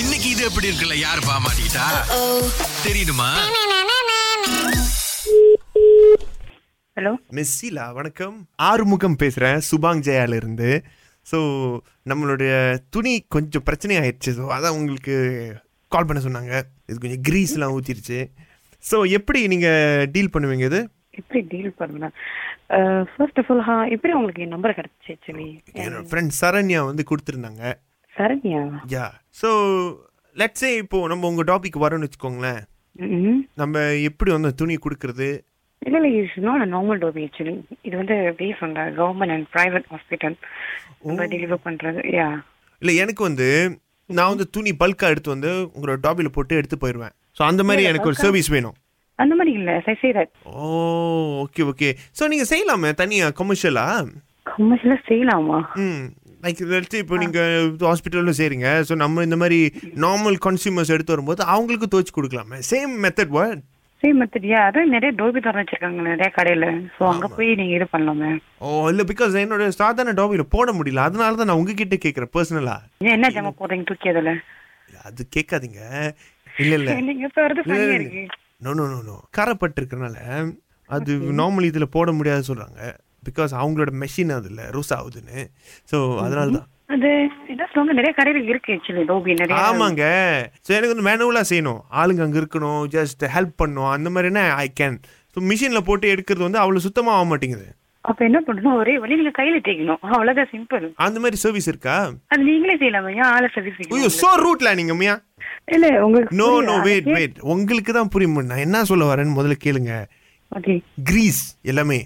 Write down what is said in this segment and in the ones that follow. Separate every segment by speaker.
Speaker 1: இன்னைக்கு இது எப்படி இருக்குல்ல யார் பாமாட்டா தெரியுமா
Speaker 2: ஹலோ
Speaker 3: மிஸ் ஷீலா வணக்கம் ஆறுமுகம் பேசுகிறேன் சுபாங் ஜெயால இருந்து ஸோ நம்மளுடைய துணி கொஞ்சம் பிரச்சனை ஆயிடுச்சு ஸோ அதான் உங்களுக்கு கால் பண்ண சொன்னாங்க இது கொஞ்சம் கிரீஸ்லாம் ஊற்றிருச்சு ஸோ எப்படி நீங்கள் டீல் பண்ணுவீங்க இது
Speaker 2: எப்படி டீல் பண்ணலாம் ஃபர்ஸ்ட் ஆஃப் ஆல் ஹா எப்படி உங்களுக்கு என் நம்பர் கிடைச்சு ஆக்சுவலி
Speaker 3: என்னோட ஃப்ரெண்ட் சரண்யா வந்து கொடுத்துருந்தாங்க
Speaker 2: சரண்யா
Speaker 3: யா ஸோ லெட்ஸே இப்போது நம்ம உங்கள் டாபிக் வரோம்னு வச்சுக்கோங்களேன்
Speaker 2: ம்
Speaker 3: நம்ம எப்படி வந்து துணி கொடுக்கறது
Speaker 2: இல்ல இல்ல it's not normal dhobi actually இது வந்து பேஸ் அந்த கவர்மெண்ட் அண்ட் பிரைவேட் ஹாஸ்பிட்டல் நம்ம டெலிவர் பண்றது யா
Speaker 3: இல்லை எனக்கு வந்து நான் வந்து துணி பல்காக எடுத்து வந்து உங்களோட டாபியில் போட்டு எடுத்து போயிடுவேன் ஸோ அந்த மாதிரி எனக்கு ஒரு சர்வீஸ் வேணும்
Speaker 2: அந்த மாதிரி இல்ல I say that
Speaker 3: oh okay okay so நீங்கள் செய்யலாமே தனியாக கமர்ஷியலா
Speaker 2: கமர்ஷியலா செய்யலாமா
Speaker 3: ம் லைக் எடுத்து இப்போ நீங்கள் ஹாஸ்பிட்டலில் செய்கிறீங்க ஸோ நம்ம இந்த மாதிரி நார்மல் கன்சியூமர்ஸ் எடுத்து வரும்போது அவங்களுக்கு துவைச்சு கொடுக்கலாமே same method word
Speaker 2: same method yeah அதான் நிறைய டோபி திறந்து வச்சிருக்காங்க நிறைய கடையில சோ அங்க போய் நீங்க இது பண்ணலாமே
Speaker 3: ஓ இல்லை பிகாஸ் Oh, என்னோட சாதாரண டாபியில் போட முடியல அதனால தான் நான் உங்ககிட்ட கேட்குறேன் பர்சனலாக
Speaker 2: ஏன் என்ன ஜாம போடுறீங்க தூக்கி அதுல
Speaker 3: அது கேட்காதீங்க இல்லை இல்லை
Speaker 2: நீங்க இப்ப வருது பண்ணியா இருக்கு
Speaker 3: நோ நோ நோ நோ கரைப்பட்டு இருக்கறனால அது நார்மல் இதில் போட முடியாது சொல்கிறாங்க பிகாஸ் அவங்களோட மெஷின் அதில் ரூஸ் ஆகுதுன்னு ஸோ அதனால தான்
Speaker 2: அது என்ன சொல்லுவாங்க நிறைய கடையில இருக்கு ஆக்சுவலி டோபி நிறைய
Speaker 3: ஆமாங்க ஸோ எனக்கு வந்து மேனுவலாக செய்யணும் ஆளுங்க அங்கே இருக்கணும் ஜஸ்ட் ஹெல்ப் பண்ணணும் அந்த மாதிரினா ஐ கேன் ஸோ மிஷினில் போட்டு எடுக்கிறது வந்து அவ்வளோ சுத்தமாக ஆக மாட்டேங்குது
Speaker 2: அப்ப என்ன பண்ணணும் ஒரே வழி நீங்க கையில தேய்க்கணும் அவ்வளவுதான் சிம்பிள்
Speaker 3: அந்த மாதிரி சர்வீஸ் இருக்கா
Speaker 2: அது நீங்களே செய்யலாம் ஐயா ஆள சர்வீஸ்
Speaker 3: ஐயோ சோ ரூட்ல நீங்க மியா
Speaker 2: இல்ல உங்களுக்கு
Speaker 3: நோ நோ வெயிட் வெயிட் உங்களுக்கு தான் புரியும் நான் என்ன சொல்ல வரேன்னு முதல்ல கேளுங்க
Speaker 2: ஓகே
Speaker 3: கிரீஸ் எல்லாமே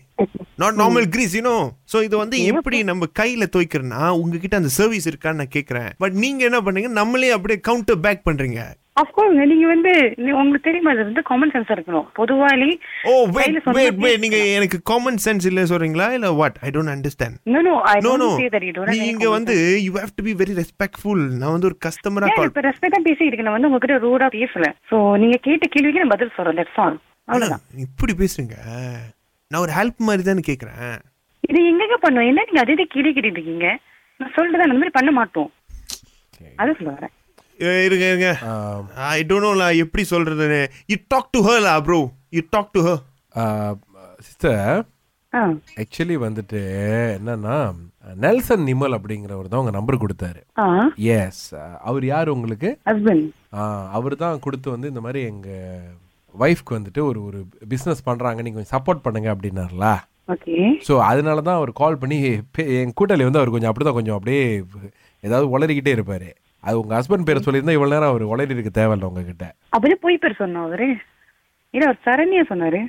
Speaker 3: not normal grease you know so இது வந்து எப்படி நம்ம கையில துவைக்கிறேன்னா உங்ககிட்ட அந்த சர்வீஸ் இருக்கான்னு நான் கேக்குறேன் பட் நீங்க என்ன பண்றீங்க நம்மளே அப்படியே கவுண்டர் பேக் பண்றீங்க
Speaker 2: அப்கோர்ஸ் நீங்க வந்து நீ- உங்களுக்கு தெரியுமா இது வந்து காமன் சென்ஸ் இருக்கணும் பொதுவாளி
Speaker 3: ஓ வெயிட் வெயிட் வெயிட் நீங்க எனக்கு காமன் சென்ஸ் இல்ல சொல்றீங்களா இல்ல what I don't understand
Speaker 2: no no I
Speaker 3: no no
Speaker 2: don't say that you don't
Speaker 3: நீங்க வந்து you have to be very respectful நான் வந்து ஒரு கஸ்டமரா கால்
Speaker 2: இப்ப ரெஸ்பெக்டா பேசி இருக்கு நான் வந்து உங்ககிட்ட ரூடா பேசல சோ நீங்க கேட்ட கேள்விக்கு நான் பதில் சொல்றேன் தட்ஸ் ஆல் அவ்வளவுதான்
Speaker 3: இப்படி பேசுறீங்க நான் ஒரு ஹெல்ப் மாதிரி தானே கேக்குறேன்
Speaker 2: இது எங்கங்க பண்ணுவோம் என்ன நீங்க அதே கேள்வி கேட்டுட்டு இருக்கீங்க நான் சொல்லிட்டு தான் அந்த மாதிரி பண்ண மாட்டோம் அது சொல்ல வரேன்
Speaker 3: ஏய், இருங்க இருங்க ஐ டோன்ட் நோலா எப்படி சொல்றதுன்னு யூ டாக் டு ஹர் லா bro you talk to her
Speaker 4: sister
Speaker 2: ஆ
Speaker 4: ஆக்சுவலி வந்துட்டு என்னன்னா நெல்சன் நிமல் அப்படிங்கிறவர் தான் உங்க நம்பர் கொடுத்தாரு
Speaker 2: ஆ
Speaker 4: எஸ் அவர் யார் உங்களுக்கு
Speaker 2: ஹஸ்பண்ட்
Speaker 4: அவர் தான் கொடுத்து வந்து இந்த மாதிரி எங்க ஒய்ஃப்க்கு வந்துட்டு ஒரு ஒரு பிஸ்னஸ் பண்றாங்க நீங்க கொஞ்சம் சப்போர்ட் பண்ணுங்க அப்படின்னார்ல
Speaker 2: ஓகே
Speaker 4: ஸோ அதனால தான் அவர் கால் பண்ணி பே- என் கூட்டாளி வந்து அவர் கொஞ்சம் அப்படி தான் கொஞ்சம் அப்படியே ஏதாவது உளறிக்கிட்டே இருப்பார் அது உங்கள் ஹஸ்பண்ட் பேரை சொல்லியிருந்தா இவ்வளோ நேரம் அவர் உளறி இருக்க தேவையில்ல உங்ககிட்ட
Speaker 2: அப்படியே போய் பேர் சொன்னா அவரு இல்ல அவர் சரண்யா சொன்னாரு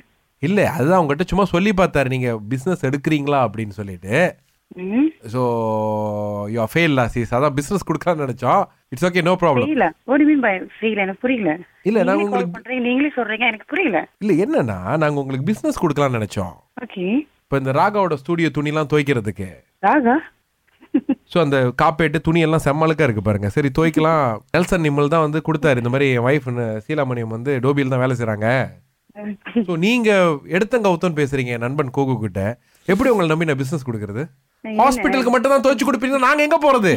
Speaker 4: இல்லை அதுதான் உங்ககிட்ட சும்மா சொல்லி பார்த்தாரு நீங்கள் பிஸ்னஸ் எடுக்கிறீங்களா அப்படின்னு சொல்லிட்டு
Speaker 2: ம்
Speaker 4: ஸோ யூ ஃபெயில் லாசிஸ் அதான் பிஸ்னஸ் கொடுக்கலாம்னு நினச்சோம் இட்ஸ் ஓகே நோ ப்ராப்ளம்
Speaker 2: புரியல ஒரு மீன் பை புரியல எனக்கு புரியல
Speaker 4: இல்ல, நான்
Speaker 2: நீங்களே call
Speaker 4: உங்களுக்கு-
Speaker 2: பண்றீங்க நீங்களே சொல்றீங்க எனக்கு புரியல
Speaker 4: இல்லை என்னன்னா நாங்கள் உங்களுக்கு பிஸ்னஸ் கொடுக்கலாம்னு நினச்சோம்
Speaker 2: ஓகே
Speaker 4: இப்போ இந்த ராகாவோட ஸ்டூடியோ துணிலாம் துவைக்கிறதுக்கு
Speaker 2: ராகா
Speaker 4: ஸோ அந்த காப்பேட்டு துணியெல்லாம் செம்மலுக்காக இருக்குது பாருங்க சரி துவைக்கலாம் நெல்சன் நிம்மல் தான் வந்து கொடுத்தாரு இந்த மாதிரி என் ஒய்ஃப் சீலாமணியம் வந்து டோபியில் தான் வேலை செய்கிறாங்க ஸோ நீங்கள் எடுத்தங்கவுத்தன் பேசுகிறீங்க என் நண்பன் கோகு கிட்ட எப்படி உங்களை நம்பி நான் பிஸ்னஸ் கொடுக்குறது ஹாஸ்பிட்டலுக்கு மட்டும் தான் துவைச்சு கொடுப்பீங்க நாங்கள் எங்கே போகிறது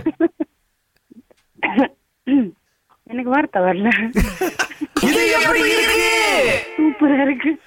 Speaker 2: எனக்கு வார்த்தை வரல
Speaker 3: இது எப்படி இருக்கு
Speaker 2: சூப்பரா இருக்கு